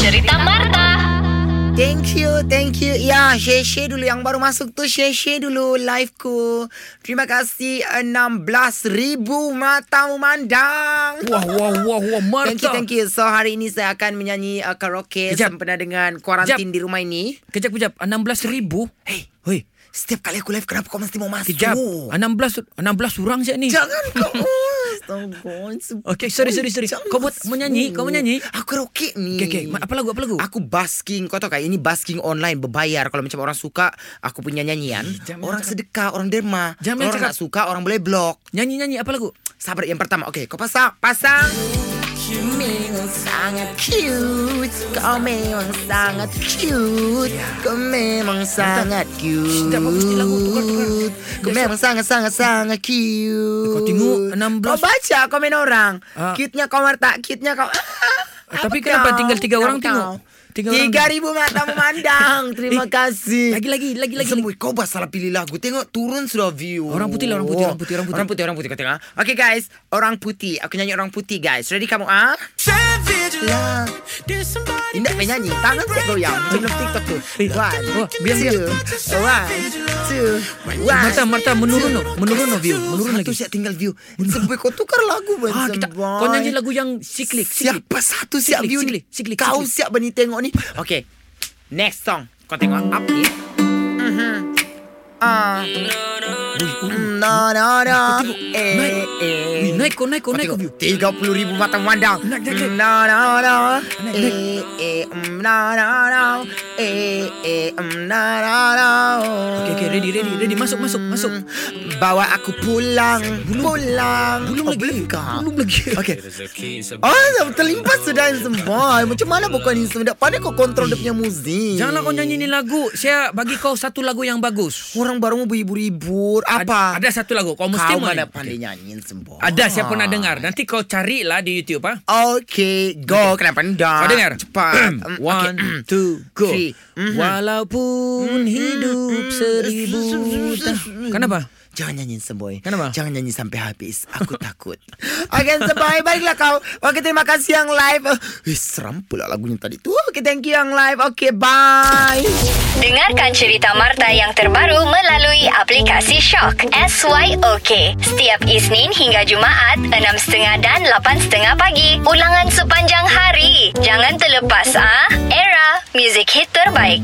Cerita Marta. Thank you, thank you. Ya, share-share dulu yang baru masuk tu share-share dulu live ku. Terima kasih 16,000 mata memandang. Wah, wah, wah, wah, Marta. Thank you, thank you. So hari ini saya akan menyanyi uh, karaoke Kejap. sempena dengan kuarantin Kejap. di rumah ini. Kejap, kejap. 16 ribu? Hey, Hei, setiap kali aku live kenapa kau mesti mau masuk? kejap. 16, 16 orang siap ni. Jangan kau. Astaga, Okay, sorry, sorry, sorry. Jangan Kau buat masuk. menyanyi, kau menyanyi. Aku karaoke ni. Okay, okay. Ma- Apa lagu, apa lagu? Aku basking Kau tahu kan Ini basking online Berbayar Kalau macam orang suka Aku punya nyanyian Ih, jangan Orang cakap. sedekah Orang derma Jangan Kalau Orang cakap. tak suka Orang boleh blok Nyanyi-nyanyi, apa lagu? Sabar yang pertama Okay kau pasang Pasang Memang sangat cute Kau memang sangat cute Kau memang sangat cute Sedap, bagus ni lagu. Tukar, tukar. Kau Sedap, memang sangat-sangat-sangat cute Kau tengok 16 Kau baca komen orang Ah. Cute-nya kau Marta Cute-nya kau Apa Tapi kenapa kau? tinggal tiga Ah, Kenapa orang tengok? kau? Tiga orang Tiga tengok. ribu mata memandang Terima Eh, kasih Lagi, lagi, lagi, lagi. Sembui kau bah salah pilih lagu Tengok turun sudah view Orang putih lah, orang putih, orang putih, orang putih. Orang putih orang putih kau tengok ah. Okay guys Orang putih Aku nyanyi orang putih guys Ready kamu ah Lah Indah penyanyi Tangan saya goyang Macam dalam TikTok tu Eh, One wah, biar, biar. Two One Two One Marta, Marta, menurun no. Menurun no view. Menurun Satu lagi. siap tinggal view Sembui kau tukar lagu Bang Ah, kita, Sembui. kau nyanyi lagu yang siklik, siklik. Siapa satu siap Siklik, view siklik, ni siklik, Kau siklik. siap bani tengok ni Okay Next song Kau tengok apa ni Mhm. Ah Mm, No, no, no. Kau Eh. tengok. Eh, Naik. Wih, naik kau, naik kau, naik kau view. Tiga puluh ribu mata memandang. Naik, naik, naik. Mm, No, no, no. Naik, naik. Eh, eh, mm, no, no, no. Eh, eh, mm, no, no, no. Okay, okay, ready, ready, ready. Masuk, masuk, masuk. Bawa aku pulang, pulang. Belum Oh, lagi. Belum kah? Belum lagi. Okay. Ah, dah terlimpas sudah ni semua. Macam mana bukan ni semua? Dah Pandai kau kontrol dia punya muzik. Janganlah kau nyanyi ni lagu. Saya bagi kau satu lagu yang bagus. Orang baru mau berhibur. Ad- Apa? Ada satu lagu. Kau Ah. mesti Kau main. mana pandai nyanyiin semua. Ada saya pernah dengar. Nanti kau carilah di YouTube ah. Okay, go. Kenapa dah? Kau dengar? Cepat. Mm, One, okay. two, go. Three. Mm-hmm. Mhm. Walaupun hidup seribu Mm-hmm. tahun. Kenapa? Jangan nyanyiin semboy Kenapa? Jangan nyanyi sampai habis Aku takut Okay semboy Baiklah kau Okay terima kasih yang live Eh seram pula lagunya tadi tu Okay thank you yang live Okay bye Dengarkan cerita Marta yang terbaru melalui aplikasi Shock SYOK setiap Isnin hingga Jumaat 6.30 dan 8.30 pagi. Ulangan sepanjang hari. Jangan terlepas ah. Era, music hit terbaik.